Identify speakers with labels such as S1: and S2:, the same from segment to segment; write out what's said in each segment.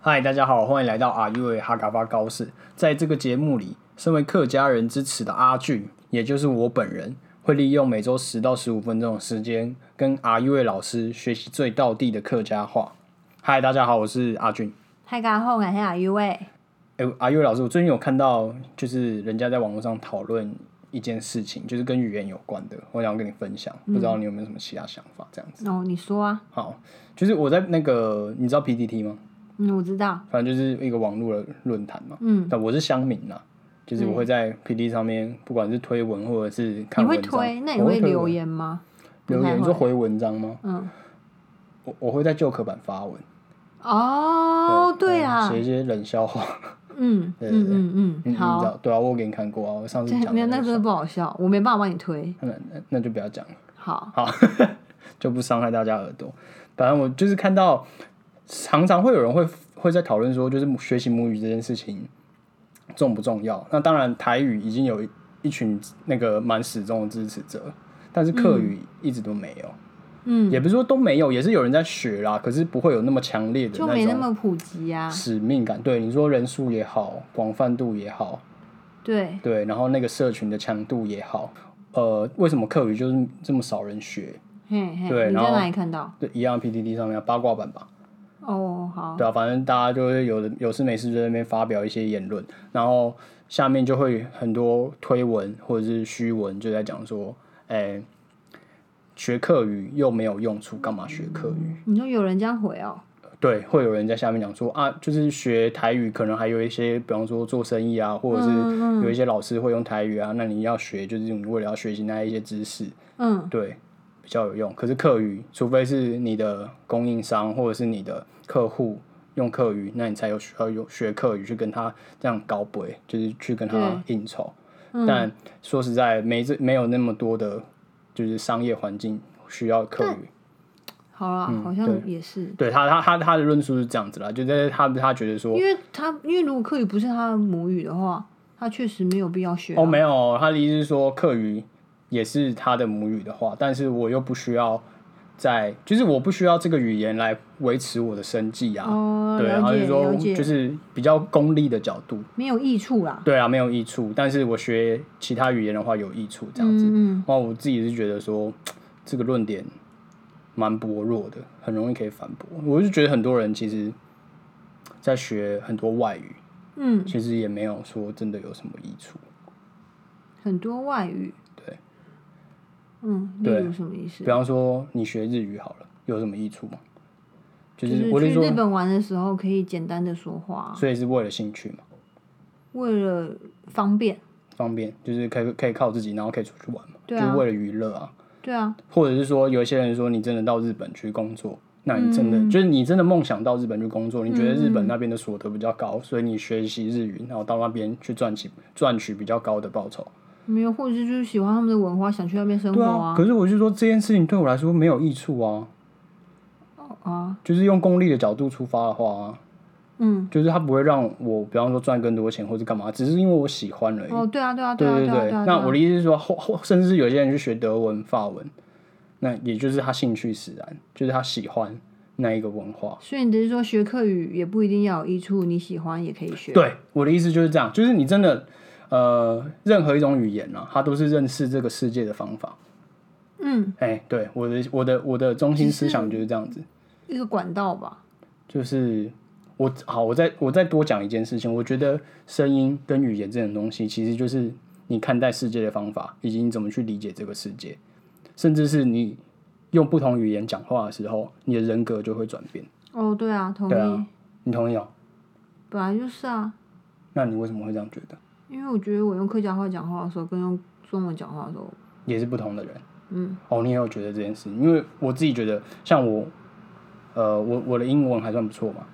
S1: 嗨，大家好，欢迎来到阿 U 的哈嘎巴高士。在这个节目里，身为客家人之耻的阿俊，也就是我本人，会利用每周十到十五分钟的时间，跟阿 U 的老师学习最道地的客家话。嗨，大家好，我是阿俊。
S2: 大家好，我是阿 U 喂，
S1: 哎、阿 U 老师，我最近有看到，就是人家在网络上讨论一件事情，就是跟语言有关的，我想跟你分享，不知道你有没有什么其他想法？这样子，
S2: 哦，你说啊，
S1: 好，就是我在那个，你知道 PPT 吗？
S2: 嗯，我知道，
S1: 反正就是一个网络的论坛嘛。
S2: 嗯，
S1: 但我是乡民啦，就是我会在 P D 上面，不管是推文或者是看
S2: 你会
S1: 文章，
S2: 推，那你
S1: 我
S2: 会
S1: 会推
S2: 留
S1: 文
S2: 言吗？
S1: 留
S2: 不太
S1: 言
S2: 会
S1: 说回文章吗？
S2: 嗯，
S1: 我我会在旧课版发文，
S2: 哦，对
S1: 啊，
S2: 啊
S1: 写，一些冷笑话，
S2: 嗯
S1: 对对
S2: 嗯嗯
S1: 你
S2: 嗯，
S1: 你知道
S2: 好，？
S1: 对啊，我有给你看过啊，我上次
S2: 对，
S1: 讲
S2: 没
S1: 的
S2: 有，那
S1: 那
S2: 真
S1: 个
S2: 的不好笑，我没办法帮你推，
S1: 那那那就不要讲了，
S2: 好，
S1: 好，就不伤害大家耳朵。反正我就是看到，常常会有人会会在讨论说，就是学习母语这件事情重不重要？那当然，台语已经有一一群那个蛮始终的支持者，但是客语一直都没有。
S2: 嗯，
S1: 也不是说都没有，也是有人在学啦，可是不会有那么强烈的
S2: 就没那
S1: 种
S2: 么普及啊，
S1: 使命感。对，你说人数也好，广泛度也好，
S2: 对，
S1: 对，然后那个社群的强度也好，呃，为什么课语就是这么少人学？
S2: 嘿嘿，
S1: 对
S2: 你
S1: 然
S2: 在
S1: 后
S2: 哪里看到？
S1: 对，一样 PPT 上面啊八卦版吧，
S2: 哦，好，
S1: 对啊，反正大家就会有的有事没事就在那边发表一些言论，然后下面就会很多推文或者是虚文，就在讲说，哎、学课语又没有用处，干嘛学课语？
S2: 你说有人这样回哦，
S1: 对，会有人在下面讲说啊，就是学台语，可能还有一些，比方说做生意啊，或者是
S2: 嗯嗯
S1: 有一些老师会用台语啊，那你要学，就是你为了要学习那一些知识，
S2: 嗯，
S1: 对，比较有用。可是客语，除非是你的供应商或者是你的客户用客语，那你才有需要有学客语去跟他这样搞鬼，就是去跟他应酬。
S2: 嗯
S1: 但说实在，没这没有那么多的，就是商业环境需要客语。
S2: 好啦，好像也是。
S1: 嗯对他，他他他的论述是这样子啦，就在他他觉得说
S2: 因，为他，因为如果客语不是他的母语的话，他确实没有必要学啊、
S1: 哦，没有，他的意思是说客语也是他的母语的话，但是我又不需要在，就是我不需要这个语言来维持我的生计啊。
S2: 哦，
S1: 对，然
S2: 了
S1: 后
S2: 解
S1: 就说
S2: 了解，
S1: 就是比较功利的角度，
S2: 没有益处啦。
S1: 对啊，没有益处，但是我学其他语言的话有益处，这样子。
S2: 嗯嗯，
S1: 哦，我自己是觉得说这个论点蛮薄弱的，很容易可以反驳。我就觉得很多人其实，在学很多外语，
S2: 嗯，
S1: 其实也没有说真的有什么益处。
S2: 很多外语。
S1: 对。
S2: 嗯，例
S1: 对
S2: 如什么意思
S1: 比？方说，你学日语好了，有什么益处吗？就
S2: 就是
S1: 我就是
S2: 去日
S1: 说，
S2: 本玩的时候可以简单的说话，
S1: 所以是为了兴趣嘛，
S2: 为了方便。
S1: 方便，就是可以可以靠自己，然后可以出去玩嘛，
S2: 对
S1: 就是
S2: 啊，
S1: 为了娱乐啊。
S2: 对啊，
S1: 或者是说，有一些人说，你真的到日本去工作，那你真的、
S2: 嗯
S1: 就是你真的梦想到日本去工作，你觉哎得日本那边的所得比较高，所以你学习日语，然后到那边去赚取赚取比较高的报酬。
S2: 没有，或者是就是喜欢他们的文化，想去那边生活
S1: 对啊，可是我就说这件事情对我来说没有益处啊，
S2: 啊啊，
S1: 就是用功利的角度出发的话、啊，
S2: 嗯，
S1: 就是它不会让我，比方说赚更多钱或者干嘛，只是因为我喜欢而已。
S2: 哦，对啊，对啊，
S1: 对
S2: 啊，
S1: 对
S2: 对啊，对啊。
S1: 那我的意思是说，或或甚至有些人去学德文、法文，那也就是他兴趣使然，就是他喜欢那一个文化。
S2: 所以你只是说学课语也不一定要有益处，你喜欢也可以学。
S1: 对，我的意思就是这样，就是你真的，呃，任何一种语言啊，它都是认识这个世界的方法。
S2: 嗯，
S1: 哎、对，我的我的我的中心思想就是这样子，
S2: 一个管道吧。
S1: 就是我好，我再我再多讲一件事情，我觉得声音跟语言这种东西，其实就是你看待世界的方法，以及你怎么去理解这个世界，甚至是你用不同语言讲话的时候，你的人格就会转变。
S2: 哦，对啊，同
S1: 对
S2: 意
S1: 啊，你同意哦？
S2: 本来就是啊。
S1: 那你为什么会这样觉得？
S2: 因为我觉得我用客家话讲话的时候，跟用中文讲话的时候，
S1: 也是不同的人。
S2: 嗯，
S1: 哦，你也有觉得这件事？因为我自己觉得，像我，呃，我我的英文还算不错嘛。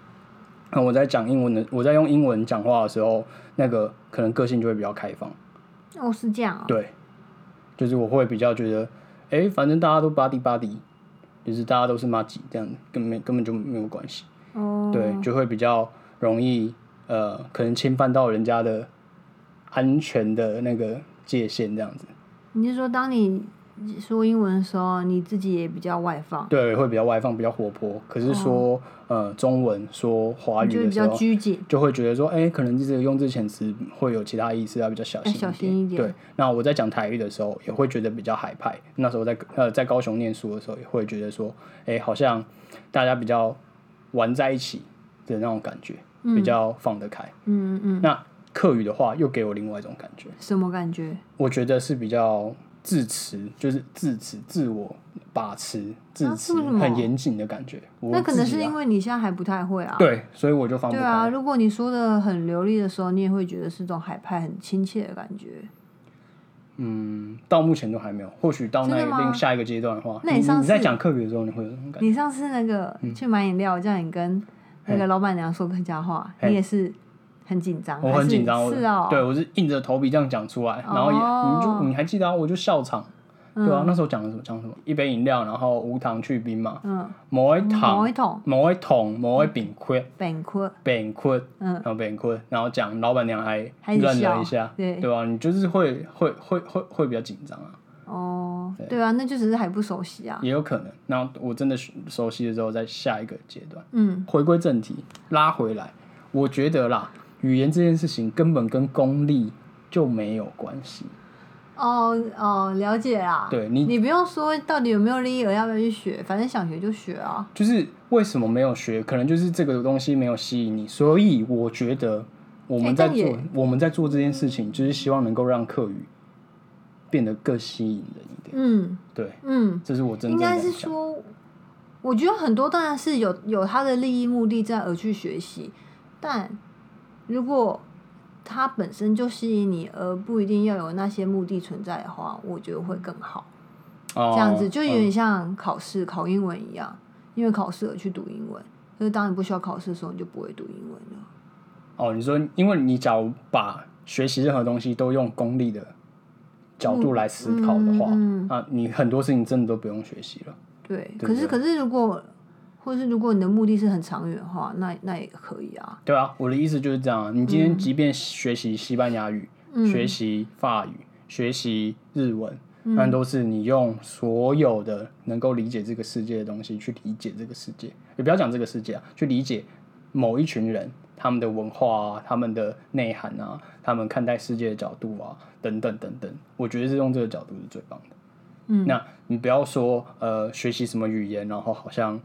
S1: 那我在讲英文的，我在用英文讲话的时候，那个可能个性就会比较开放，
S2: 哦，是这样啊。
S1: 对，就是我会比较觉得，哎、反正大家都 body body，就是大家都是妈吉这样，根本根本就没有关系，
S2: 哦，
S1: 对，就会比较容易呃，可能侵犯到人家的安全的那个界限这样子。
S2: 你是说当你说英文的时候，你自己也比较外放，
S1: 对，会比较外放，比较活泼。可是说、呃中文说华
S2: 哦你就
S1: 语
S2: 会
S1: 的
S2: 比
S1: 时
S2: 较
S1: 候，
S2: 拘谨。
S1: 就会觉得说，哎、可能这个用字遣词会有其他意思，要比较小心
S2: 要小心一点
S1: 对，那我在讲台语的时候，也会觉得比较海派。那时候在呃在高雄念书的时候，也会觉得说，哎、好像大家比较玩在一起的那种感觉，比较放得开。
S2: 嗯嗯，
S1: 那客语的话，又给我另外一种感觉，
S2: 什么感觉？
S1: 我觉得是比较自持，就是自持、自我把持、自持，
S2: 为什么
S1: 很严谨的感觉。我
S2: 啊那可能
S1: 自己
S2: 是
S1: 啊
S2: 因为你现在还不太会啊。
S1: 对，所以我就放不
S2: 对
S1: 开。
S2: 啊，如果你说的很流利的时候，你也会觉得是种海派很亲切的感觉。
S1: 嗯，到目前都还没有，或许到那
S2: 真的吗
S1: 另下一个阶段的话，
S2: 那你上次
S1: 在讲客语的时候，你会有那种感嗯觉。
S2: 你上次那个去买饮料，我叫你跟那个老板娘说客家话，
S1: 嘿
S2: 你也是很紧张，
S1: 我很紧张，
S2: 还
S1: 我
S2: 是是哦，
S1: 对我是硬着头皮这样讲出来，然后也、
S2: 哦嗯
S1: 你就你还记得、啊，我就笑场，对啊，那时候讲了什么讲什么，一杯饮料，然后无糖去冰嘛，
S2: 嗯，
S1: 某一糖
S2: 某一嗯桶
S1: 某一桶某一饼块
S2: 本科
S1: 饼块，
S2: 嗯
S1: 然后饼块，然后讲老板娘还
S2: 还是
S1: 愣
S2: 笑
S1: 了一下，
S2: 对
S1: 对啊，你就是会会会会会比较紧张啊，
S2: 哦，对啊，那就只是还不熟悉啊。
S1: 也有可能。那我真的熟悉了之后，在下一个阶段。
S2: 嗯，
S1: 回归正题，拉回来，我觉得啦，语言这件事情根本跟功力就没有关系。
S2: 哦哦，了解啦。
S1: 对
S2: 你
S1: 你，
S2: 不用说到底有没有利益额，要不要去学，反正想学就学啊。
S1: 就是为什么没有学，可能就是这个东西没有吸引你，所以我觉得我
S2: 哎
S1: 们在
S2: 但
S1: 做、
S2: 也
S1: 我们在做这件事情，就是希望能够让课语变得更吸引人一点。
S2: 嗯
S1: 对，
S2: 嗯，
S1: 这是我真
S2: 应
S1: 正
S2: 该
S1: 的
S2: 是
S1: 想法。
S2: 说，我觉得很多当然是有有他的利益目的在而去学习，但如果它本身就吸引你，而不一定要有那些目的存在的话，我觉得会更好。
S1: 哦
S2: 这样子就有
S1: 嗯
S2: 点像考试、考英文一样，因为考试而去读英文。就是当你不需要考试的时候，你就不会读英文了。
S1: 哦，你说，因为你假如把学习任何东西都用功利的角度来思考的话，
S2: 嗯嗯
S1: 啊，你很多事情真的都不用学习了。
S2: 对，
S1: 对
S2: 可是
S1: 对
S2: 可是如果，或是如果你的目的是很长远的话，那那也可以啊。
S1: 对啊，我的意思就是这样啊。你今天即便学习西班牙语、
S2: 嗯
S1: 学习法语、学习日文，
S2: 嗯
S1: 那都是你用所有的能够理解这个世界的东西去理解这个世界，也不要讲这个世界啊，去理解某一群人他们的文化啊、他们的内涵啊、他们看待世界的角度啊，等等等等。我觉得是用这个角度是最棒的。
S2: 嗯
S1: 那你不要说呃学习什么语言，然后好像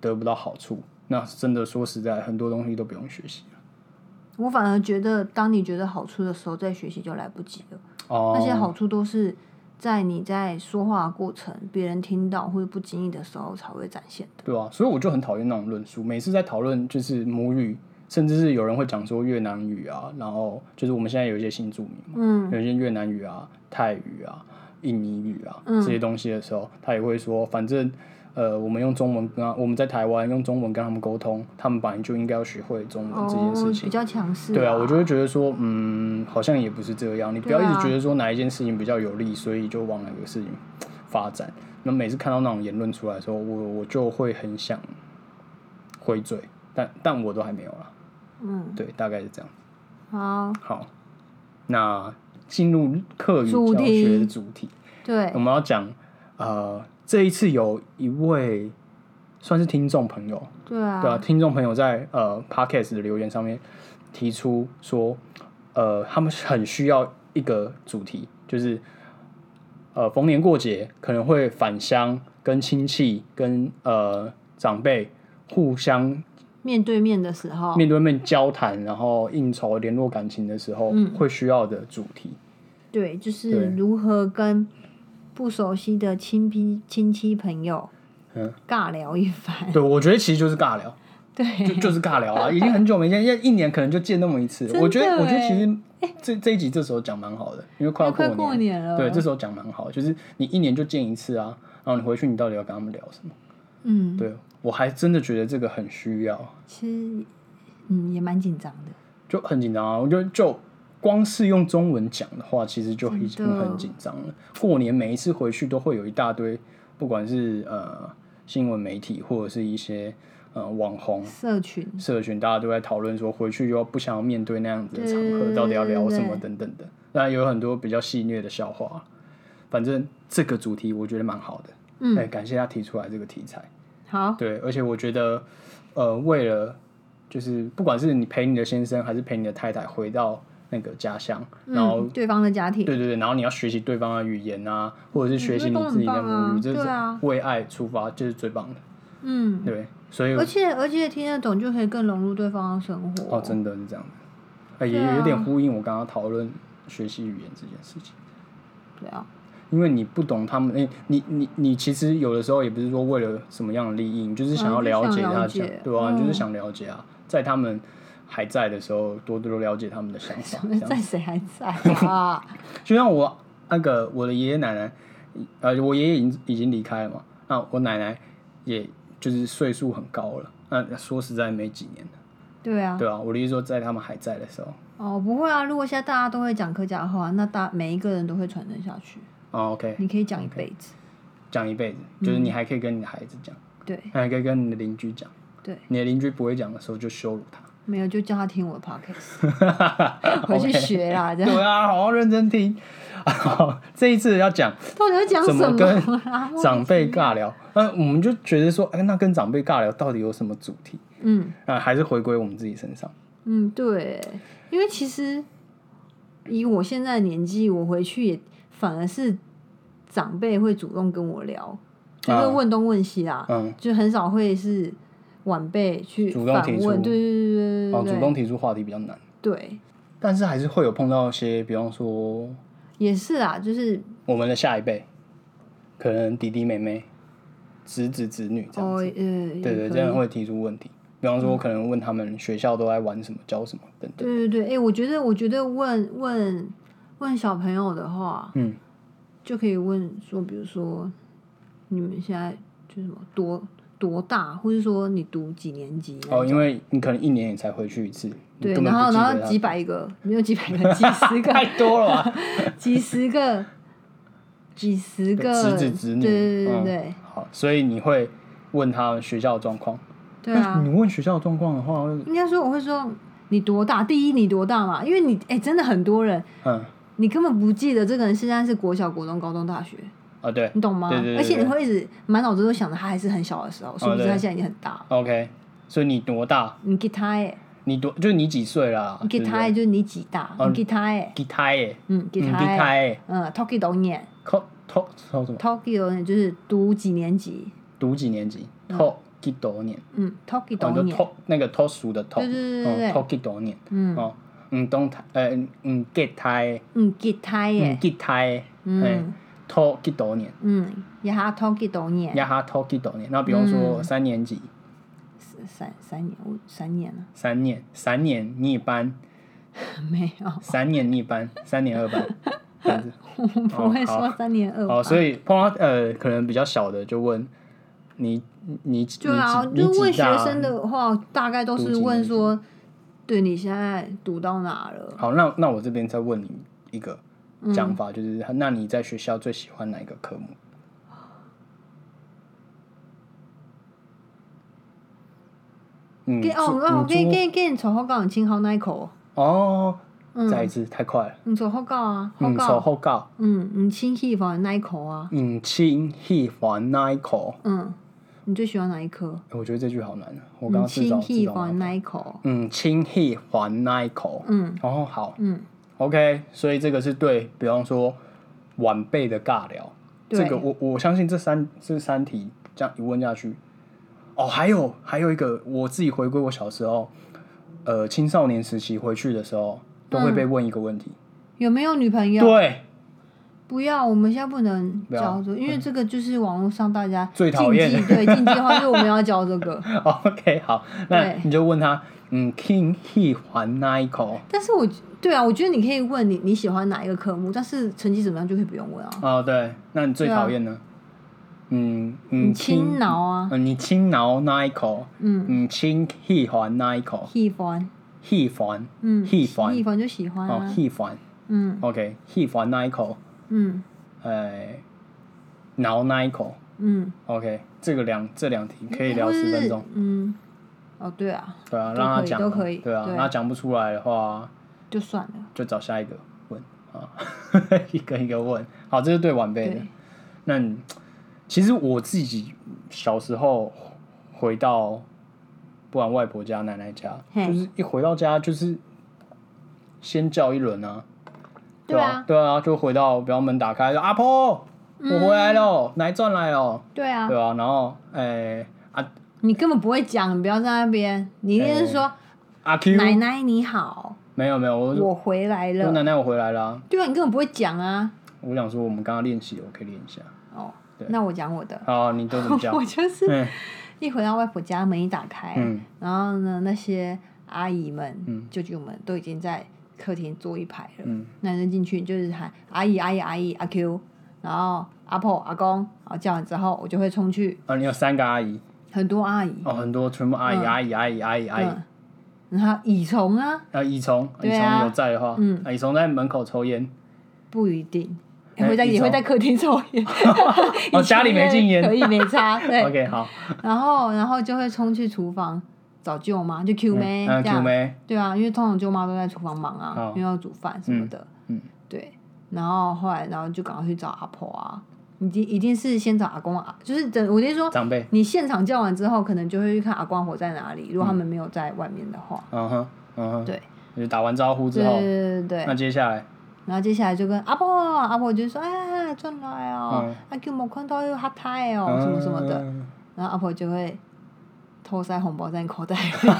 S1: 得不到好处。那真的说实在，很多东西都不用学习了
S2: 我反而觉得，当你觉得好处的时候，再学习就来不及了。
S1: 哦
S2: 那些好处都是在你在说话的过程，别人听到或者不经意的时候才会展现的。
S1: 对啊，所以我就很讨厌那种论述。每次在讨论就是母语，甚至是有人会讲说越南语啊，然后就是我们现在有一些新住民嘛，
S2: 嗯
S1: 有一些越南语啊、泰语啊、印尼语啊
S2: 嗯
S1: 这些东西的时候，他也会说，反正呃，我们用中文跟他我们在台湾用中文跟他们沟通，他们本来就应该要学会中文这件事情。
S2: 嗯比较强势、
S1: 对啊，
S2: 啊，
S1: 我就会觉得说，嗯，好像也不是这样。你不要
S2: 对
S1: 一
S2: 啊
S1: 直觉得说哪一件事情比较有利，所以就往哪个事情发展。那每次看到那种言论出来的时候，我我就会很想回嘴，但但我都还没有啦。
S2: 嗯，
S1: 对，大概是这样。
S2: 好，
S1: 好，那进入课语
S2: 主
S1: 教
S2: 题
S1: 学的主题，
S2: 对
S1: 我，们要讲呃，这一次有一位算是听众朋友，
S2: 对啊，
S1: 对啊，听众朋友在呃 podcast 的留言上面提出说，呃，他们很需要一个主题，就是呃逢年过节可能会返乡，跟亲戚、跟呃长辈互相
S2: 面对面的时候，
S1: 面对面交谈，然后应酬、联络感情的时候，
S2: 嗯
S1: 会需要的主题。
S2: 对，就是
S1: 对
S2: 如何跟不熟悉的亲戚亲戚朋友
S1: 嗯
S2: 尬聊一番。
S1: 对，我觉得其实就是尬聊，就
S2: 对，
S1: 就是尬聊 啊，已经很久没见，因为一年可能就见那么一次。
S2: 真
S1: 我觉得，
S2: 的
S1: 我觉得
S2: 欸
S1: 其实这这一集这时候讲蛮好的，因为快要
S2: 快
S1: 过
S2: 过
S1: 年了。
S2: 年了，
S1: 对，这时候讲蛮好，就是你一年就见一次啊，然后你回去你到底要跟他们聊什么？
S2: 嗯，
S1: 对我还真的觉得这个很需要，
S2: 其实嗯也蛮紧张的。
S1: 就很紧张啊。我觉得就光是用中文讲的话，其实就已经
S2: 真的
S1: 很紧张了。过年每一次回去都会有一大堆，不管是呃新闻媒体或者是一些呃网红。
S2: 社群
S1: 社群大家都在讨论说，回去又不想要面对那样子的
S2: 对
S1: 场
S2: 对
S1: 合，
S2: 对
S1: 到底要聊什
S2: 对对
S1: 么等等的。那有很多比较戏谑的笑话，啊反正这个主题我觉得蛮好的，
S2: 嗯
S1: 哎，感谢他提出来这个题材。
S2: 好，
S1: 对，而且我觉得，呃，为了就是不管是你陪你的先生还是陪你的太太回到那个家乡，然后、
S2: 嗯，对方的家庭，
S1: 对对对，然后你要学习对方的语言啊，或者是学习
S2: 嗯
S1: 你
S2: 这都
S1: 自己的
S2: 很棒
S1: 母
S2: 啊
S1: 语，这
S2: 对啊
S1: 是为爱出发，这是最棒的。
S2: 嗯，
S1: 对，所以
S2: 而且而且听得懂就可以更融入对方的生活。
S1: 哦，真的是这样的，呃也
S2: 对啊
S1: 有点呼应我刚刚讨论学习语言这件事情。
S2: 对啊，
S1: 因为你不懂他们，哎、你你你其实有的时候也不是说为了什么样的利益，你嗯就是想要了解他的
S2: 啊
S1: 想
S2: 就想了解，
S1: 对啊，
S2: 嗯
S1: 你就是想了解啊，在他们还在的时候，多多了解他们的想 法。这样
S2: 在谁还在 啊？
S1: 就像我那个我的爷爷奶奶，呃，我爷爷已经已经离开了嘛，那我奶奶也就是岁数很高了，那说实在没几年了，
S2: 对啊，
S1: 对啊，我的意思说在他们还在的时候，
S2: 哦，不会啊，如果现在大家都会讲客家话，那大每一个人都会传承下去，
S1: 哦，OK，
S2: 你可以讲一辈子。
S1: 讲一辈子，就是你还可以跟你的孩子讲，
S2: 对
S1: 还可以跟你的邻居讲，
S2: 对，
S1: 你的邻居不会讲的时候就羞辱他。
S2: 没有就叫他听我 的 podcast，回去学啦，这样。
S1: 对啊，好好认真听。 好，这一次要讲
S2: 到底要讲
S1: 怎
S2: 什
S1: 么跟
S2: 么啊啦？
S1: 长辈尬聊，那我们就觉得说，哎、那跟长辈尬聊到底有什么主题？
S2: 嗯
S1: 啊，还是回归我们自己身上。
S2: 嗯，对，因为其实以我现在的年纪，我回去也反而是长辈会主动跟我聊，就是
S1: 啊
S2: 问东问西啦，
S1: 嗯，
S2: 就很少会是晚辈去
S1: 主动
S2: 反
S1: 提出
S2: 问，对对对对
S1: 哦，
S2: 对
S1: 主
S2: 对
S1: 动提出话题比较难，
S2: 对，
S1: 但是还是会有碰到一些，比方说
S2: 也是啊，就是
S1: 我们的下一辈，可能弟弟妹妹、侄子侄女这样
S2: 哦
S1: 子，
S2: 呃，对
S1: 对对，这样会提出问题。比方
S2: 嗯
S1: 说，我可能问他们学校都在玩什么、教什么等等。
S2: 对对对，哎、我觉得我觉得问问问小朋友的话，
S1: 嗯，
S2: 就可以问说，比如说你们现在就是什么多多大，或者说你读几年级那
S1: 哦，
S2: 种
S1: 因为你可能一年也才回去一次，你
S2: 对，
S1: 根本
S2: 然后
S1: 不记得
S2: 然
S1: 他
S2: 后几百个，没有几百个，几十
S1: 太
S2: 个，
S1: 多了啊吧？
S2: 几十个，几十
S1: 对
S2: 个，
S1: 侄子侄女，
S2: 对对对
S1: 嗯
S2: 对
S1: 好，所以你会问他们学校的状况。
S2: 对啊
S1: 你，问学校的状况的话，会
S2: 应该说我会说你多大？第一你多大嘛？因为你哎、真的很多人，
S1: 嗯
S2: 你根本不记得这个人现在是国小、国中、高中、大学，
S1: 啊，对
S2: 你懂吗？
S1: 对对对
S2: 而且
S1: 对哦
S2: 你会一直满脑子都想着他还是很小的时候，殊不知
S1: 对
S2: 他现在已经很大了。
S1: ，OK。所以你多大？
S2: 你给他哎，
S1: 你多就是你几岁啦？
S2: 你给他
S1: 啊对
S2: 哎，
S1: 不对
S2: 就是你几大？
S1: 哦
S2: 你给他哎，
S1: 吉他耶，
S2: 嗯，给
S1: 嗯吉
S2: 他
S1: 他
S2: 哎，
S1: 耶，
S2: 嗯，Tokyo 多年
S1: 考考考什么？
S2: ，Tokyo 多年就是读几年级？
S1: 读几年级？考几多年？
S2: 嗯，Tokyo
S1: 哦，
S2: 多
S1: 就
S2: 嗯年，
S1: 托那个托数的托，
S2: 对对对对
S1: 嗯
S2: 对
S1: 托几多年？
S2: 嗯
S1: 哦，嗯，懂他，呃，嗯，吉他耶，
S2: 嗯，给他
S1: 嗯，
S2: 哎，
S1: 吉他耶，哎
S2: 嗯，
S1: 托几多年？
S2: 嗯，也哈 Tokyo 多年，
S1: 呀哈，托几多年？那比方
S2: 嗯
S1: 说三年级。
S2: 三三年，我三年了，
S1: 三年，三年你一班，
S2: 没有，
S1: 三年你一班，三年二班，这 样子。
S2: 我不会说三年二吧
S1: 哦，所以碰到呃，可能比较小的就问你，你你几
S2: 对啊，
S1: 你
S2: 就
S1: 几
S2: 问学
S1: 大啊
S2: 生。的话，大概都
S1: 读
S2: 是
S1: 几年
S2: 问
S1: 级
S2: 说，对你现在读到哪了？
S1: 好，那那我这边再问你一个
S2: 嗯
S1: 讲法，就是那你在学校最喜欢哪一个科目？嗯，
S2: 给哦
S1: 猪
S2: 哦，
S1: 嗯
S2: 给
S1: 猪
S2: 给给你从后告你清好那一口，
S1: 哦，再一
S2: 嗯，
S1: 次太快了，
S2: 你从后告啊，后
S1: 嗯，手
S2: 告，
S1: 后告，
S2: 嗯，你清气房那一口啊，
S1: 嗯，亲喜欢哪一口？
S2: 嗯，你最喜欢哪一科？
S1: 我觉得这句好难啊，我刚
S2: 你
S1: 刚自找
S2: 清
S1: 自
S2: 气
S1: 找麻
S2: 房
S1: 烦。
S2: 那一口，
S1: 嗯，亲戚还那一口。
S2: 嗯
S1: 哦，好
S2: 嗯，
S1: ，OK，所以这个是对，比方说晚辈的尬聊，
S2: 对
S1: 这个我我相信这三这三题这样一问下去，哦，还有还有一个，我自己回归我小时候，呃，青少年时期回去的时候，都会被
S2: 嗯
S1: 问一个问题，
S2: 有没有女朋友？
S1: 对，啊
S2: 不要，我们现在不能
S1: 要
S2: 教这个，因为这个就是网络上大家
S1: 最讨厌
S2: 禁忌对禁忌的话，就是我们要教这个。
S1: 哦，OK，好，那
S2: 对
S1: 你就问他，嗯，亲戚还那一口。
S2: 但是我对啊，我觉得你可以问你你喜欢哪一个科目，但是成绩怎么样就可以不用问啊。
S1: 哦，对，那你最
S2: 对啊
S1: 讨厌呢？嗯
S2: 你
S1: 嗯，
S2: 亲挠啊，
S1: 嗯，你轻挠那一口，
S2: 嗯，
S1: 嗯，轻喜欢那一口，
S2: 喜欢，
S1: 喜欢
S2: 嗯，
S1: 喜欢
S2: 喜欢就喜欢
S1: 哦，
S2: 啊，
S1: 喜欢
S2: 嗯
S1: ，OK，喜欢那一口，
S2: 嗯
S1: 呃，挠那一口
S2: 嗯，
S1: ，OK，这个两这两题可以聊
S2: 或者
S1: 十分
S2: 是
S1: 钟，
S2: 嗯，哦对啊，
S1: 对啊，
S2: 都
S1: 让他
S2: 可以
S1: 讲
S2: 都
S1: 嘛
S2: 可以
S1: 对啊，
S2: 对
S1: 那讲不出来的话
S2: 就算了，
S1: 就找下一个问，啊， 一个一个问。好，这是对晚辈的。
S2: 对
S1: 那你其实我自己小时候回到不管外婆家、奶奶家，
S2: 嘿
S1: 就是一回到家就是先叫一轮啊，
S2: 对
S1: 吧、
S2: 啊
S1: 对啊，就回到比方门打开，说阿婆，我回来了，奶赚来了，
S2: 对啊，
S1: 对啊，然后哎诶、阿
S2: 你根本不会讲，你不要在那边，你一定
S1: 哎
S2: 是说、
S1: 阿 Q，
S2: 奶奶你好，
S1: 没有没有，我
S2: 我回来
S1: 说奶
S2: 了。
S1: 奶我回来啦、
S2: 对啊，你根本不会讲啊。
S1: 我想说我们刚刚练习，我可以练一下。
S2: 哦
S1: 对，
S2: 那我讲我的，
S1: 好，你都怎么讲
S2: 我？就是
S1: 嗯
S2: 一回到外婆家，门一打开，
S1: 嗯
S2: 然后呢，那些阿姨们、
S1: 嗯
S2: 舅舅们都已经在客厅坐一排了。
S1: 嗯
S2: 男生进去就是喊阿姨、阿姨、阿姨、阿 Q，然后阿婆、阿公，然后叫完之后，我就会冲去
S1: 啊，你有三个阿姨
S2: 很多阿姨，
S1: 哦，很多全部阿姨
S2: 嗯
S1: 阿姨阿姨阿姨阿姨
S2: 嗯，，然后蚁虫啊，
S1: 啊，乙虫，乙
S2: 对
S1: 虫
S2: 啊
S1: 有在的话，
S2: 嗯
S1: 啊，乙虫在门口抽 烟，
S2: 不一定。
S1: 哎
S2: 会在
S1: 蚁
S2: 也会
S1: 虫，
S2: 在客厅抽烟
S1: 哦家里没禁烟
S2: 可以没 差，对。
S1: OK，好，
S2: 然后然后就会冲去厨房找舅妈，就 Q 妹
S1: 嗯
S2: 这
S1: ，Q
S2: 样，
S1: 妹，
S2: 对啊，因为通常舅妈都在厨房忙啊
S1: 好，
S2: 因为要煮饭什么的，
S1: 嗯嗯
S2: 对。然后后来然后就赶快去找阿婆啊，一定一定是先找阿公啊，就是等我跟你说，
S1: 长辈，
S2: 你现场叫完之后，可能就会去看阿光火在哪里。如果他们没有在外面的话，
S1: 嗯哼，嗯哼，
S2: 对，
S1: 就打完招呼之
S2: 对
S1: 后，
S2: 对对对
S1: 那
S2: 对。
S1: 接下来，
S2: 然后接下来就跟阿婆，阿婆就说：“哎，转来哦
S1: 嗯，
S2: 阿舅没看到有哈太哦，什么什么的。
S1: 嗯，”
S2: 然后阿婆就会偷塞红包在你口 袋里。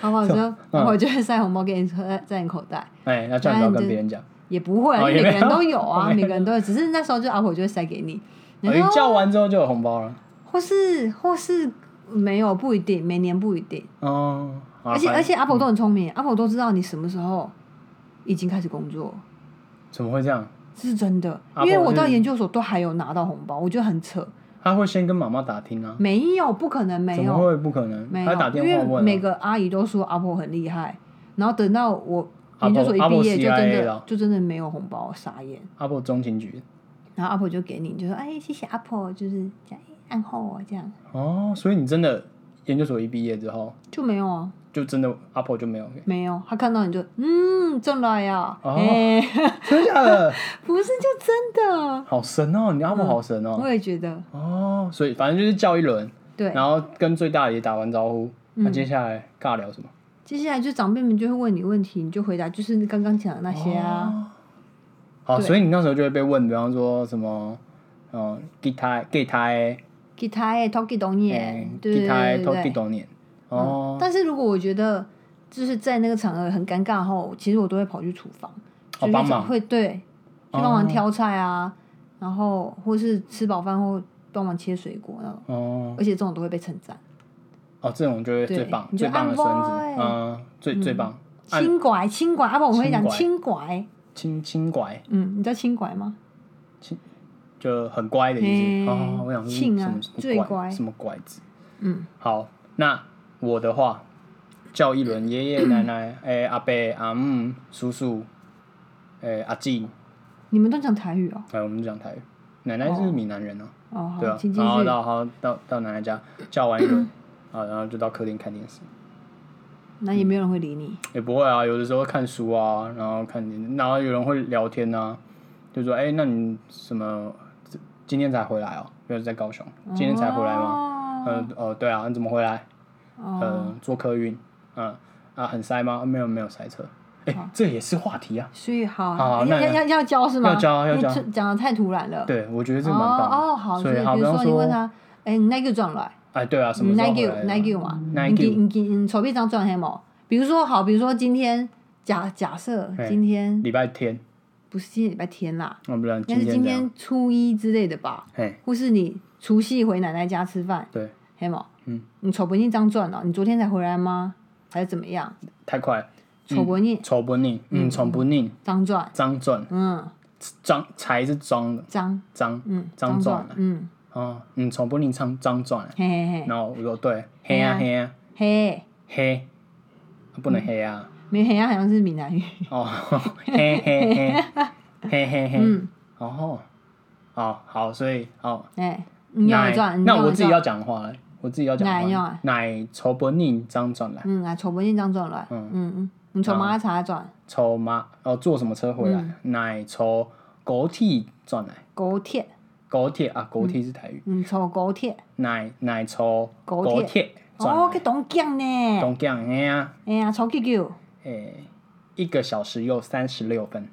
S2: 阿婆说：“
S1: 嗯
S2: 阿婆就会塞红包给你在在你口袋，
S1: 哎，那叫你不要跟别人讲，
S2: 也不会啊，
S1: 哦
S2: 因为每
S1: 也没
S2: 个人
S1: 有
S2: 都有啊，
S1: 没有
S2: 每个人都有，只是那时候就阿婆就会塞给你。你
S1: 哎
S2: 说，
S1: 叫完之后就有红包了，
S2: 或是或是没有，不一定，每年不一定。”
S1: 哦，好
S2: 而且
S1: 反正
S2: 而且阿婆都很
S1: 嗯
S2: 聪明，阿婆都知道你什么时候已经开始工作，
S1: 怎么会这样？
S2: 这是真的。
S1: 阿
S2: 因
S1: 婆
S2: 为我到
S1: 是
S2: 研究所都还有拿到红包，我觉得很扯。
S1: 他会先跟妈妈打听啊，
S2: 没有，不可能没
S1: 怎么
S2: 有，
S1: 会不可能？
S2: 没
S1: 他打
S2: 有，因
S1: 电话
S2: 为
S1: 问
S2: 每
S1: 啊，
S2: 个阿姨都说阿婆很厉害，然后等到我
S1: 阿
S2: 研
S1: 婆
S2: 究所一
S1: 阿婆
S2: 毕业，就
S1: CIA
S2: 真
S1: 了
S2: 的就真的没有红包，傻眼。
S1: 阿婆中情局，
S2: 然后阿婆就给你，你就说哎，谢谢阿婆，就是这样按后我这样
S1: 哦，所以你真的研究所一毕业之后，
S2: 就没有啊，
S1: 就真的阿婆就没有给，
S2: 没有。他看到你就嗯，中了呀，
S1: 哦
S2: 哎、
S1: 真的假的？
S2: 不是就真的，
S1: 好神哦，你阿婆好神哦
S2: 嗯我。也觉得
S1: 哦，所以反正就是叫一轮，
S2: 对。
S1: 然后跟最大的也打完招呼，那、
S2: 嗯
S1: 接下来尬聊什么？
S2: 接下来就长辈们就会问你问题，你就回答，就是刚刚讲的那些啊。
S1: 哦。好，
S2: 对
S1: 所以你那时候就会被问，比方说什么，嗯，gay 胎 gay 胎，
S2: 吉他诶，托吉懂耶，对
S1: gay
S2: 对
S1: 胎
S2: 对
S1: 偷 gay
S2: 对对。
S1: 懂年。
S2: 嗯
S1: 哦，，
S2: 但是如果我觉得就是在那个场合很尴尬后，其实我都会跑去厨房，
S1: 哦
S2: 就是
S1: 帮忙哦
S2: 会对，去帮忙挑菜啊，然后或是吃饱饭后帮忙切水果那种，
S1: 哦
S2: 而且这种都会被称赞。
S1: 哦，这种就会
S2: 对
S1: 最棒，
S2: 你就
S1: 最棒的
S2: 按
S1: 孙
S2: 歪
S1: 子，嗯，最最棒，按
S2: 轻拐，轻拐，阿宝我们会讲
S1: 轻
S2: 轻拐，
S1: 轻轻拐
S2: 嗯，你知道轻拐吗？
S1: 就很乖的意思。
S2: 嘿
S1: 哦，我想说
S2: 庆
S1: 什
S2: 啊
S1: 么什
S2: 最
S1: 么
S2: 乖
S1: 什么拐子。
S2: 嗯，
S1: 好，那我的话，叫一轮爷爷奶奶、哎、阿伯、阿姆、叔叔、哎、阿静，
S2: 你们都讲台语哦。
S1: 哎，我们讲台语。奶奶是
S2: 哦
S1: 闽南人啊，
S2: 哦，
S1: 对
S2: 好，
S1: 啊
S2: 请，继
S1: 然后
S2: 续。
S1: 到好到到奶奶家叫完一轮，啊，然后就到客厅看电视，
S2: 那也没有人会理你。
S1: 也不会啊，有的时候看书啊，然后看电，然后有人会聊天啊，就说哎、那你什么今天才回来哦？因为在高雄，今天才回来吗？
S2: 吗
S1: 呃哦，对啊，你怎么回来？
S2: 哦，
S1: 嗯，坐客运，嗯啊，很塞吗？啊没有没有塞车，哎、
S2: 哦
S1: 这也是话题啊。
S2: 所以好
S1: 好
S2: 啊，要
S1: 那
S2: 要要要教是吗？
S1: 要教要
S2: 你
S1: 教
S2: 这讲的太突然了。，
S1: 对，我觉得这
S2: 哦
S1: 个蛮棒的。
S2: 哦好，
S1: 所
S2: 所
S1: 以
S2: 以
S1: 好，
S2: 比
S1: 比
S2: 如
S1: 方
S2: 说你问
S1: 说，
S2: 他，哎，你那个转来，
S1: 哎，对啊，什么
S2: 你
S1: 时
S2: 那
S1: 候
S2: 个
S1: 回
S2: 那
S1: 来的？
S2: 个嘛，
S1: 哪一
S2: 你
S1: 个
S2: 给你给你手臂张转黑毛。比如说好，比如说今天假假设
S1: 嘿
S2: 今天
S1: 礼拜天，
S2: 不是今天礼拜天啦，
S1: 那不然
S2: 应该是
S1: 今
S2: 今
S1: 这样。
S2: 天初一之类的吧，
S1: 哎，
S2: 或是你除夕回奶奶家吃饭，
S1: 对，
S2: 黑毛，
S1: 嗯，
S2: 你手不一张转了，你昨天才回来吗？还是怎么样？
S1: 太快了，
S2: 手不一
S1: 丑不宁，嗯，丑不宁，
S2: 张转，
S1: 张转，
S2: 嗯，
S1: 张才是装的，
S2: 张，
S1: 张，
S2: 嗯，
S1: 张
S2: 转
S1: 转，
S2: 嗯，
S1: 哦，嗯，丑不宁张张转。
S2: 嘿嘿嘿。
S1: 然后我说对，黑啊黑啊
S2: 嘿，嗯
S1: 黑，不能黑啊，
S2: 没有嘿啊，好像是闽南语。
S1: 哦， 嘿嘿 嘿，嘿嘿嘿。
S2: 嗯，
S1: 哦，哦，好，所以哦，
S2: 哎，你要
S1: 奶
S2: 转，
S1: 那我自己要讲话了，我自己要讲
S2: 奶要
S1: 话
S2: 啊，
S1: 奶稠不宁张转来，
S2: 嗯啊，丑不见张转来，嗯嗯，你从马茶转
S1: 抽马哦，坐什么车回来？
S2: 嗯
S1: 乃抽国铁转来，
S2: 狗铁，
S1: 国铁啊，国铁是台语，
S2: 嗯，从狗铁，
S1: 乃乃抽
S2: 国
S1: 国
S2: 铁
S1: 铁转
S2: 哦，
S1: 来
S2: 去，东京呢，
S1: 东京嘿啊，
S2: 哎呀，超 QQ，
S1: 诶，一个小时又三十六分。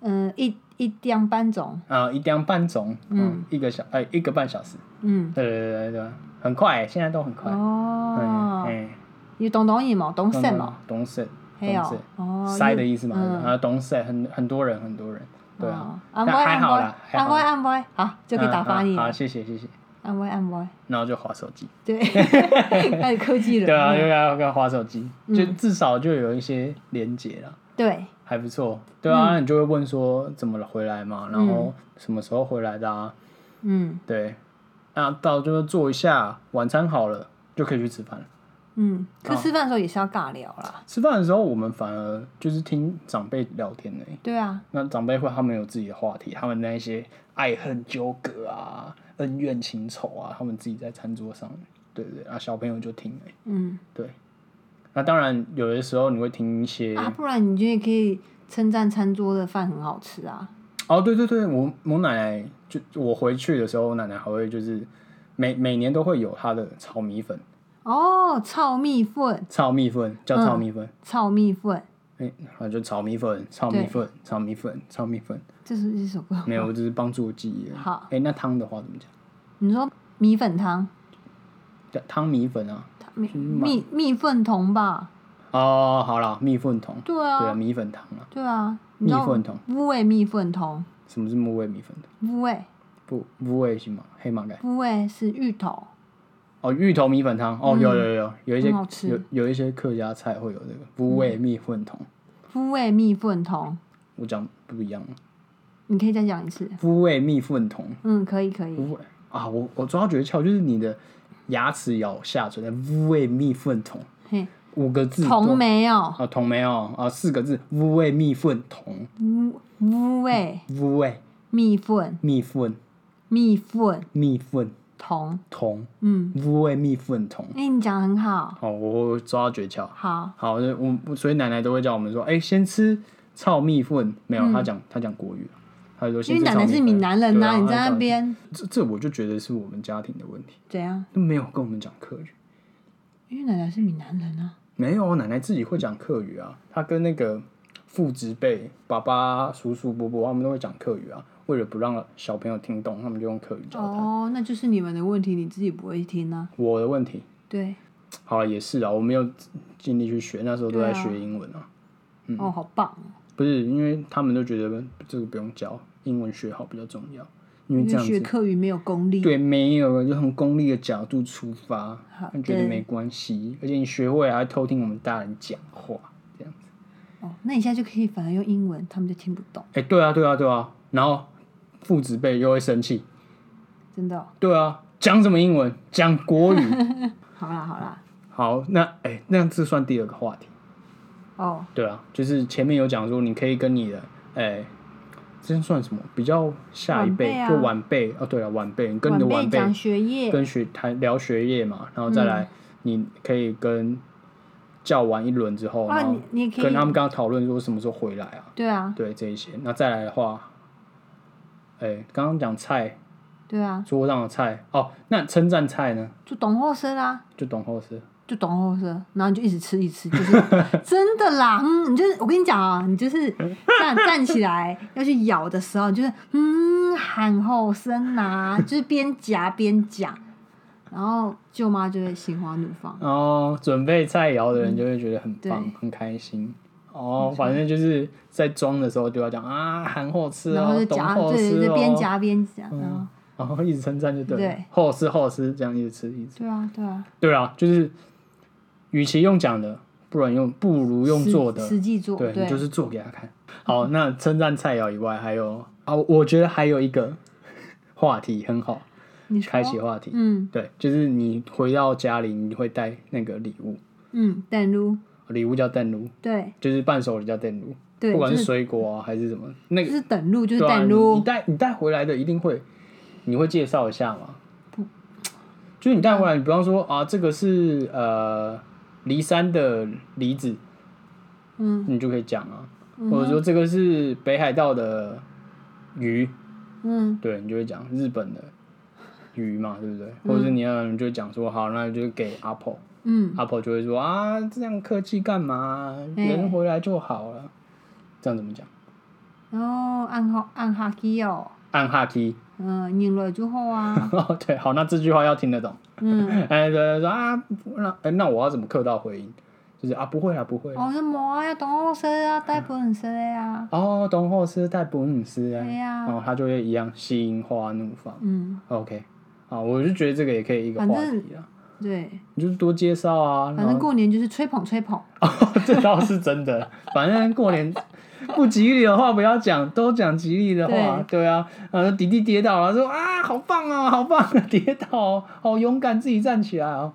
S2: 嗯，一一点半钟，
S1: 啊，一点半钟，嗯，一个小哎、一个半小时，
S2: 嗯，
S1: 对对对对对，很快、现在都很快，嗯，
S2: 哦，
S1: 哎，
S2: 有东东伊嘛，东哦线嘛，，
S1: 东塞，
S2: 嘿
S1: 东
S2: 哦
S1: 塞，，
S2: 哦，
S1: 塞
S2: 你
S1: 的意思嘛，
S2: 嗯
S1: 啊，东塞很很多人很多人，对啊，
S2: 哦安
S1: 但
S2: 慰
S1: 还
S2: 安
S1: 好
S2: 慰
S1: 啦，还
S2: 安
S1: 好
S2: 慰
S1: 啦，
S2: 安慰，好，就可以打发你
S1: 嗯好，
S2: 了，
S1: 谢谢谢谢，
S2: 安慰安慰，
S1: 然后就划手机，
S2: 对，开始科技了，
S1: 对啊，又
S2: 嗯
S1: 要要划手机，
S2: 嗯
S1: 就至少就有一些连接了。
S2: 对，
S1: 还不错，对
S2: 嗯
S1: 啊，那你就会问说怎么了回来嘛，然后什么时候回来的啊？
S2: 嗯
S1: 对，那到就是做一下晚餐好了，就可以去吃饭了。
S2: 嗯，可
S1: 哦
S2: 吃饭的时候也是要尬聊啦，
S1: 吃饭的时候，我们反而就是听长辈聊天呢、
S2: 对啊，
S1: 那长辈会他们有自己的话题，他们那一些爱恨纠葛啊、恩怨情仇啊，他们自己在餐桌上，对对啊，小朋友就听、欸、
S2: 嗯，
S1: 对。那当然，有的时候你会听一些
S2: 啊，不然你就也可以称赞餐桌的饭很好吃啊，
S1: 哦，对对对，我我奶奶就我回去的时候，我奶奶还会就是每每年都会有她的炒米粉，
S2: 哦，糙米粉，
S1: 炒米粉叫炒米粉，
S2: 糙米粉，
S1: 哎、好就炒米粉，炒米粉，炒米粉，炒米粉，
S2: 这是一首歌，
S1: 没有，我只是帮助我记忆而已。
S2: 好
S1: 哎，那汤的话怎么讲？
S2: 你说米粉汤，
S1: 叫汤米粉啊。
S2: 它米
S1: 嗯
S2: 米米粉桶吧，
S1: 哦，好啦，蜜粉桶，
S2: 对
S1: 对啊，
S2: 啊，
S1: 米粉汤啊。
S2: 对啊，你
S1: 蜜
S2: 知道
S1: 粉桶，
S2: 乌味米粉桶，
S1: 什么是木味米粉桶？
S2: 乌味
S1: 不，不味是吗？黑马改。
S2: 乌味是芋头，
S1: 哦，芋头米粉汤。哦，有有有有一些
S2: 嗯很好吃嗯
S1: 有有一些客家菜会有这个不味蜜粉桶，
S2: 乌味米粉桶，
S1: 我讲不一样了。
S2: 你可以再讲一次，
S1: 不味蜜粉桶，
S2: 嗯，可以可以，
S1: 不味啊，我我抓到诀窍就是你的牙齿咬下嘴的不味蜜粉桶
S2: 嘿，
S1: 五个字。
S2: 桶没有，
S1: 啊，桶没有啊，四个字，乌味蜜粉桶，
S2: 乌乌味
S1: 乌味
S2: 米粉
S1: 蜜粉
S2: 米粉
S1: 蜜粉
S2: 桶，
S1: 桶，
S2: 嗯，
S1: 乌味蜜粉桶。
S2: 哎、你讲得很好，
S1: 好，我抓到诀窍。
S2: 好，
S1: 好，那我我所以奶奶都会叫我们说，哎、先吃糙米粉。没有，她讲她讲国语，啊她就说
S2: 嗯
S1: 先
S2: 因为
S1: 吃
S2: 奶
S1: 糙
S2: 奶
S1: 米粉。
S2: 是闽南人
S1: 对
S2: 呐、
S1: 啊
S2: 你在
S1: 她
S2: 那
S1: 讲
S2: 边
S1: 这这我就觉得是我们家庭的问题，
S2: 怎样？
S1: 都没有跟我们讲客语。
S2: 因为奶奶是闽南人啊，
S1: 没有，奶奶自己会讲客语啊，她跟那个父职辈、爸爸、叔叔、伯伯，他们都会讲客语啊。为了不让小朋友听懂，他们就用客语教他。
S2: 哦，那就是你们的问题，你自己不会听啊，
S1: 我的问题，
S2: 对，
S1: 好了，也是啊，我没有尽力去学，那时候都在
S2: 对啊
S1: 学英文啊。
S2: 哦，好棒哦，
S1: 不是，因为他们都觉得这个不用教，英文学好比较重要，因为
S2: 因
S1: 这
S2: 为
S1: 样
S2: 学
S1: 子
S2: 课语没有功力，
S1: 对没有就从功利的角度出发
S2: 好，
S1: 他觉得
S2: 对
S1: 没关系，而且你学会还会偷听我们大人讲话，这样子。
S2: 哦，那你现在就可以反而用英文，他们就听不懂，
S1: 哎、对啊，对啊，对啊，然后父子辈又会生气，
S2: 真的哦、
S1: 对啊，讲什么英文？讲国 语。
S2: 好啦好啦，
S1: 好，那哎、那这算第二个话题。
S2: 哦，
S1: 对啊，就是前面有讲说，你可以跟你的哎、这算什么？比较下一辈
S2: 晚辈啊
S1: 就晚辈哦，对啊，晚辈，你跟你的
S2: 晚
S1: 晚
S2: 辈讲学业，
S1: 跟学谈聊学业嘛，然后再
S2: 嗯
S1: 来，你可以跟叫完一轮之后，
S2: 啊
S1: 然后
S2: 你你也可以
S1: 跟他们刚刚讨论说什么时候回来啊，
S2: 对啊
S1: 对这一些。那再来的话，哎，刚刚讲菜，
S2: 对啊，
S1: 桌上的菜哦，那称赞菜呢，
S2: 就懂后生啊啦、
S1: 就董后师
S2: 就懂后生，然后你就一直吃，一直吃，就是 真的啦。嗯，你就是我跟你讲啊，你就是这样站起来要去咬的时候，你就是嗯喊后生呐、 就是边夹边讲，然后舅妈就会心花怒放。
S1: 哦，准备菜肴的人就会觉得很棒，
S2: 嗯对
S1: 很开心。哦，反正就是在装的时候就要讲啊，韩后吃
S2: 然后
S1: 哦
S2: 就，
S1: 懂
S2: 夹，
S1: 后
S2: 对
S1: 吃
S2: 对，
S1: 哦，
S2: 就边夹边夹，然后
S1: 嗯，然后一直称赞就对了
S2: 对，
S1: 后吃后吃，这样一直吃一直吃。
S2: 对啊对啊，
S1: 对啊，就是与其用讲的，不然用不如用
S2: 实
S1: 做的。
S2: 实际做，
S1: 对，你就是做给他看。好，那称赞菜肴以外，还有啊，我觉得还有一个话题很好，
S2: 你说
S1: 开启话题。
S2: 嗯
S1: 对，就是你回到家里，你会带那个礼物，
S2: 嗯，等撸，
S1: 礼物叫蛋炉，
S2: 对
S1: 就是伴手礼叫蛋炉，
S2: 对，
S1: 不管
S2: 就是是
S1: 水果啊还是什么，那
S2: 就
S1: 个
S2: 是等撸，就是
S1: 对啊，
S2: 等
S1: 你你
S2: 撸，
S1: 带你带回来的一定会，你会介绍一下吗？就是你带回来，你比方说啊，这个是呃梨山的梨子，
S2: 嗯
S1: 你就可以讲啊。
S2: 嗯
S1: 或者说这个是北海道的鱼，
S2: 嗯
S1: 对你就会讲日本的鱼嘛，对不对？或者是你要你就讲说好，那就给 Apple，Apple
S2: 嗯，
S1: 就会说啊，这样客气干嘛？
S2: 哎
S1: 人回来就好了。这样怎么讲？
S2: 然后按好按哈基哦，
S1: 按哈 key，
S2: 嗯，拧了就好啊，
S1: 对，好，那这句话要听得懂。
S2: 嗯，
S1: 哎，对对，说啊，那哎，那我要怎么客套回应？就是啊，不会啦，不会啦。
S2: 哦，那无啊，要当好说啊，带不很说的啊，
S1: 哦，董后斯带不姆斯
S2: 对
S1: 哎，
S2: 呀、
S1: 哦，他就会一样心花怒放。
S2: 嗯，
S1: OK，好，我就觉得这个也可以一个
S2: 反
S1: 话
S2: 正
S1: 题啊，
S2: 对，
S1: 你就是多介绍啊。
S2: 反
S1: 然
S2: 正
S1: 后
S2: 过年就是吹捧吹捧，
S1: 哦 这倒是真的，反正过年不吉利的话不要讲，都讲吉利的话。对啊，然后弟弟跌倒了，说啊，好棒哦，好棒，跌倒哦，好勇敢，自己站起来哦，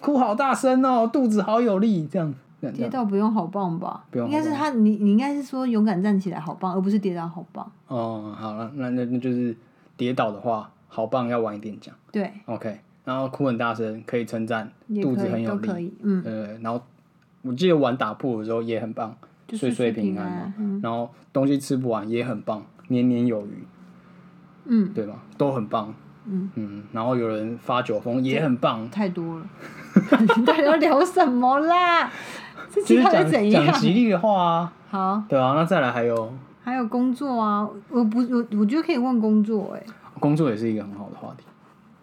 S1: 哭好大声哦，肚子好有力，这样。这样啊这
S2: 跌
S1: 样
S2: 倒不用好棒吧？
S1: 不用好
S2: 应该是
S1: 棒
S2: 他，你你应该是说勇敢站起来好棒，而不是跌倒好棒。
S1: 哦，好了，那那那就是跌倒的话，好棒，要晚一点讲。
S2: 对，
S1: OK，然后哭很大声，可以称赞，
S2: 也
S1: 肚子
S2: 可
S1: 很
S2: 以，
S1: 有
S2: 都
S1: 力
S2: 可。以，嗯，
S1: 呃，然后我记得玩打破的时候也很棒，
S2: 就
S1: 岁
S2: 岁
S1: 平
S2: 平
S1: 安嘛
S2: 安。嗯
S1: 然后东西吃不完也很棒，年年有余，
S2: 嗯，
S1: 对吗？都很棒。
S2: 嗯
S1: 然后有人发酒疯也很 棒，
S2: 太多了，你到底要聊什么 啦？这
S1: 就
S2: 期
S1: 是
S2: 到底
S1: 讲
S2: 怎
S1: 讲
S2: 样？
S1: 吉利的话啊，
S2: 好，
S1: 对啊。那再来还有
S2: 还有工作啊，我不，我我觉得可以问工作、欸，
S1: 工作也是一个很好的话题。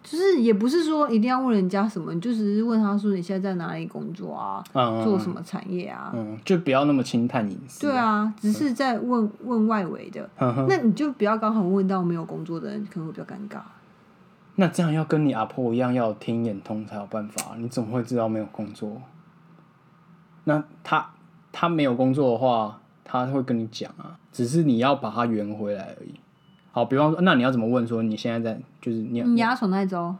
S2: 就是也不是说一定要问人家什么，你就只是问他说你现在在哪里工作啊，
S1: 嗯，
S2: 做什么产业啊？
S1: 嗯，就不要那么轻探隐私。
S2: 对啊，只是在问问外围的，
S1: 呵呵，
S2: 那你就不要刚好问到没有工作的人，可能会比较尴尬。
S1: 那这样要跟你阿婆一样，要有听眼通才有办法。你怎么会知道没有工作？那他他没有工作的话，他会跟你讲啊，只是你要把他圆回来而已。好，比方说，那你要怎么问说你现在在就是你
S2: 你压手那一周，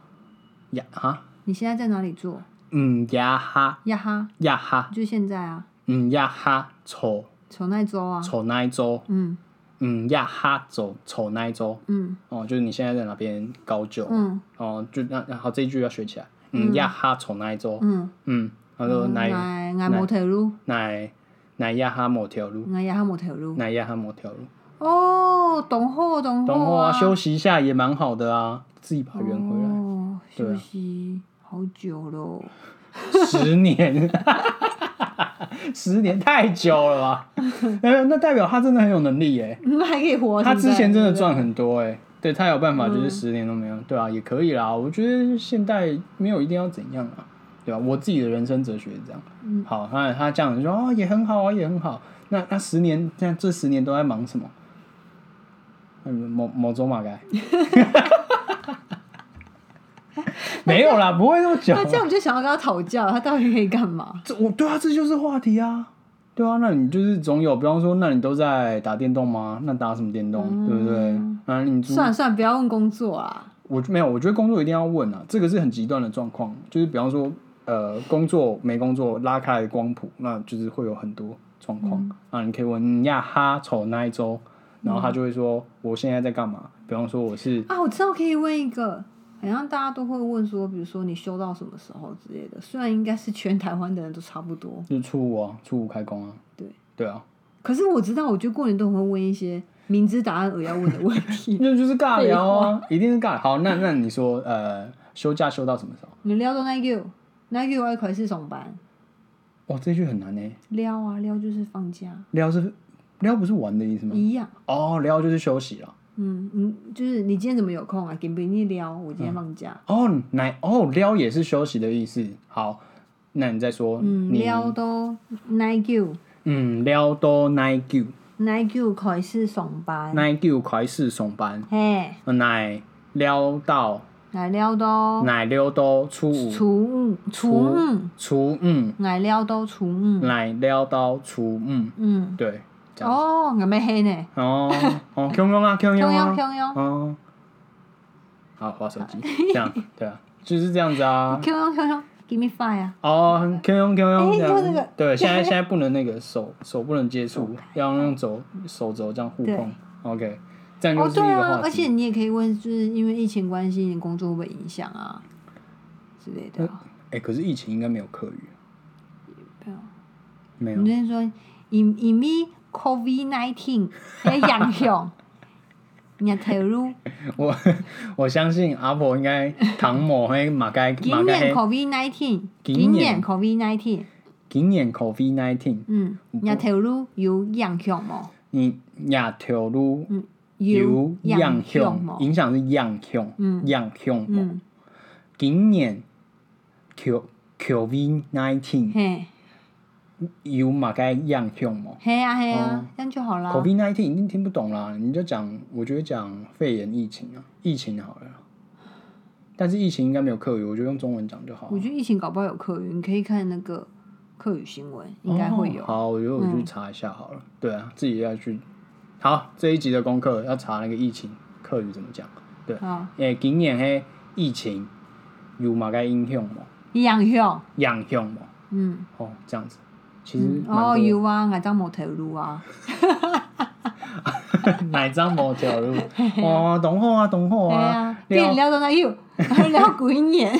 S1: 呀哈
S2: 你现在在哪里做？
S1: 嗯呀哈
S2: 呀哈，
S1: 呀哈
S2: 就现在啊，
S1: 嗯呀哈丑
S2: 手那一周啊，
S1: 丑那一周
S2: 嗯
S1: 嗯呀哈走丑那一周
S2: 嗯
S1: 哦，就是你现在在哪边高就、
S2: 嗯
S1: 哦，就那好这一句要学起来嗯呀哈丑那一周
S2: 嗯，
S1: 嗯，然后哪一
S2: 爱爱摩铁路，
S1: 乃乃亚哈某条路，
S2: 爱呀哈摩铁路。
S1: 乃亚哈某条路。
S2: 哦，懂后懂
S1: 然后
S2: 后
S1: 啊，
S2: 啊，
S1: 休息一下也蛮好的啊，自己把它圆回来。
S2: 哦，
S1: 对
S2: 休
S1: 啊
S2: 息好久哦喽。
S1: 十年，十年太久了吧？呃，那代表他真的很有能力耶、
S2: 嗯， 还可以活。
S1: 他之前真的
S2: 现在嗯
S1: 赚很多哎、对他有办法，就是十年都没有，对啊，也可以啦。我觉得现代没有一定要怎样啊，对吧、我自己的人生哲学是这样。
S2: 嗯
S1: 好，那他这样子说哦，也很好啊，也很好。那那十年，那这十年都在忙什么？嗯，某某种马 该。没有啦，不会那么久啊
S2: 那。这样我就想要跟他讨教，他到底可以干嘛？
S1: 这我对啊，这就是话题啊，对啊，那你就是总有，比方说，那你都在打电动吗？那打什么电动，对不对？
S2: 嗯
S1: 啊，你租
S2: 算了算了，不要问工作啊。
S1: 我没有，我觉得工作一定要问啊，这个是很极端的状况，就是比方说，呃，工作没工作拉开光谱，那就是会有很多状况、啊。你可以问嗯呀哈丑那一周，然后他就会说、我现在在干嘛？比方说我是
S2: 啊，我知道可以问一个，好像大家都会问说，比如说你休到什么时候之类的。虽然应该是全台湾的人都差不多，
S1: 就是初五啊，初五开工啊，
S2: 对
S1: 对啊，
S2: 可是我知道，我觉得过年都很会问一些明知答案而要问的问题。
S1: 那就是尬聊啊，一定是尬聊。好，那那你说呃，休假休到什么时候？
S2: 你撩到那个，那个我一块是上班，
S1: 哇，这句很难呢、
S2: 撩啊撩就是放假，
S1: 撩是撩不是玩的意思吗？
S2: 一样。
S1: 哦，撩就是休息了。
S2: 嗯嗯，就是你今天怎么有空啊？给别人撩，我今天放假。
S1: 哦，奶哦，撩也是休息的意思。好，那你再说，
S2: 嗯，
S1: 你
S2: 撩都那个。
S1: 嗯撩多奶九
S2: Nike 开始上班，
S1: 奶九快是上班，
S2: 嘿，
S1: 呃奶撩到
S2: 来了都
S1: 奶撩多初五
S2: 初五，初五，
S1: 初嗯
S2: 来了都初五，
S1: 奶撩到初嗯，
S2: 嗯，
S1: 对，这样
S2: 哦，我没黑呢，
S1: 哦哦， 强用啊，强用
S2: 飘飘
S1: 啊，
S2: 飘飘，
S1: 哦，好，划手机，这样对啊，就是这样子 啊。
S2: 飘飘飘飘，Give me five 啊，
S1: 哦，Q 用 Q 用，
S2: 哎
S1: 这
S2: 用那
S1: 样
S2: 个
S1: 对， 现在现在不能那个手手不能接触，要用肘手肘这样互碰
S2: 对
S1: ，OK，这样
S2: 哦
S1: 就是
S2: 对
S1: 一个
S2: 啊，
S1: 话
S2: 而且
S1: 题。
S2: 你也可以问，就是因为疫情关系，你工作会不会影响啊之类的啊，
S1: 哎，可是疫情应该没有课余，
S2: 对啊
S1: 没有
S2: 你，那说因因咪 COVID nineteen 还影 响，你头路
S1: 我我相信阿婆应该唐某嘿马 该马
S2: 今年
S1: 该
S2: COVID nineteen，
S1: 今年
S2: 今年 COVID nineteen，
S1: 今年 COVID nineteen，
S2: 嗯，你头路有影响无？
S1: 你亚条路
S2: 有
S1: 样
S2: 影响
S1: 向，
S2: 无？
S1: 影响是样向，
S2: 嗯
S1: 样向嘛。
S2: 嗯，
S1: 今年 Q COVID nineteen
S2: 嘿，
S1: 有马该样向嘛。
S2: 嘿啊嘿
S1: 哦
S2: 啊，这样就好啦。
S1: COVID nineteen 一定听不懂啦，你就讲，我觉得讲肺炎疫情啊，疫情好了啦。但是疫情应该没有课语，我觉得用中文讲就好
S2: 我。觉得疫情搞不好有客语，你可以看那个客语新闻，应该会有。
S1: 哦好，我觉得我去
S2: 嗯
S1: 查一下好了。对啊，自己要去。好，这一集的功课要查那个疫情课语怎么讲。对，
S2: 啊，
S1: 诶、今年嘿疫情有嘛该影响嘛，
S2: 影响，
S1: 影响嘛，
S2: 嗯，
S1: 哦，这样子。其实
S2: 哦
S1: 蛮多
S2: 有啊，我当无头路啊，
S1: 的， 哪张无条 路？哦，懂好啊，懂好
S2: 嘿
S1: 啊
S2: 啊，，变
S1: 了
S2: 聊到那有， 聊几 年，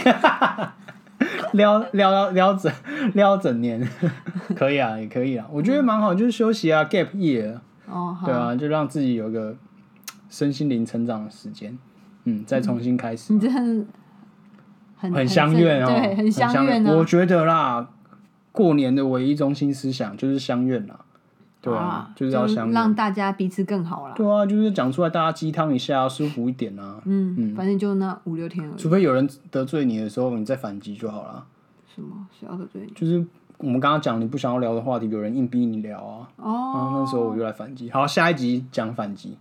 S1: 撩撩撩撩整撩整年， 可以啊，也可以啊，我觉得蛮好，就是休息啊，gap year，
S2: 哦好
S1: 对，啊，就让自己有一个嘖身心灵成长的时间，嗯，再重新开始
S2: 你，真的很
S1: 很相怨哦，
S2: 对，很相怨
S1: 我
S2: 啊，
S1: 觉得啦，过年的唯一中心思想就是相怨啦，对啊
S2: 啊，
S1: 就是要相
S2: 让
S1: 怨，
S2: 大家彼此更好啦。
S1: 对啊，就是讲出来大家鸡汤一下，舒服一点啊，
S2: 嗯，反正就那五六天而已。
S1: 除非有人得罪你的时候，你再反击就好了。
S2: 什么？谁要得罪你？
S1: 就是我们刚刚讲你不想要聊的话题，有人硬逼你聊啊，然
S2: 哦，
S1: 后那时候我就来反击。好，下一集讲反击，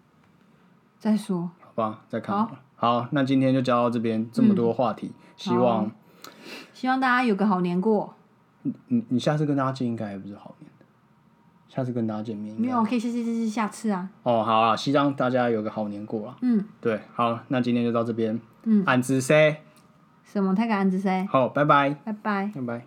S2: 再说，
S1: 好吧？再看好了。好，那今天就教到这边，这么多话题，
S2: 嗯
S1: 希望
S2: 希望大家有个好年过。
S1: 你你下次跟大家见应该也不是好年，下次跟大家见面应
S2: 没
S1: 该
S2: 有，可以下下下下下次啊。
S1: 哦，好啊，希望大家有个好年过啊。
S2: 嗯
S1: 对，好，那今天就到这边，
S2: 嗯，
S1: 俺子 say，
S2: 什么？太感恩之噻，
S1: 好，拜拜，
S2: 拜拜。
S1: 拜拜。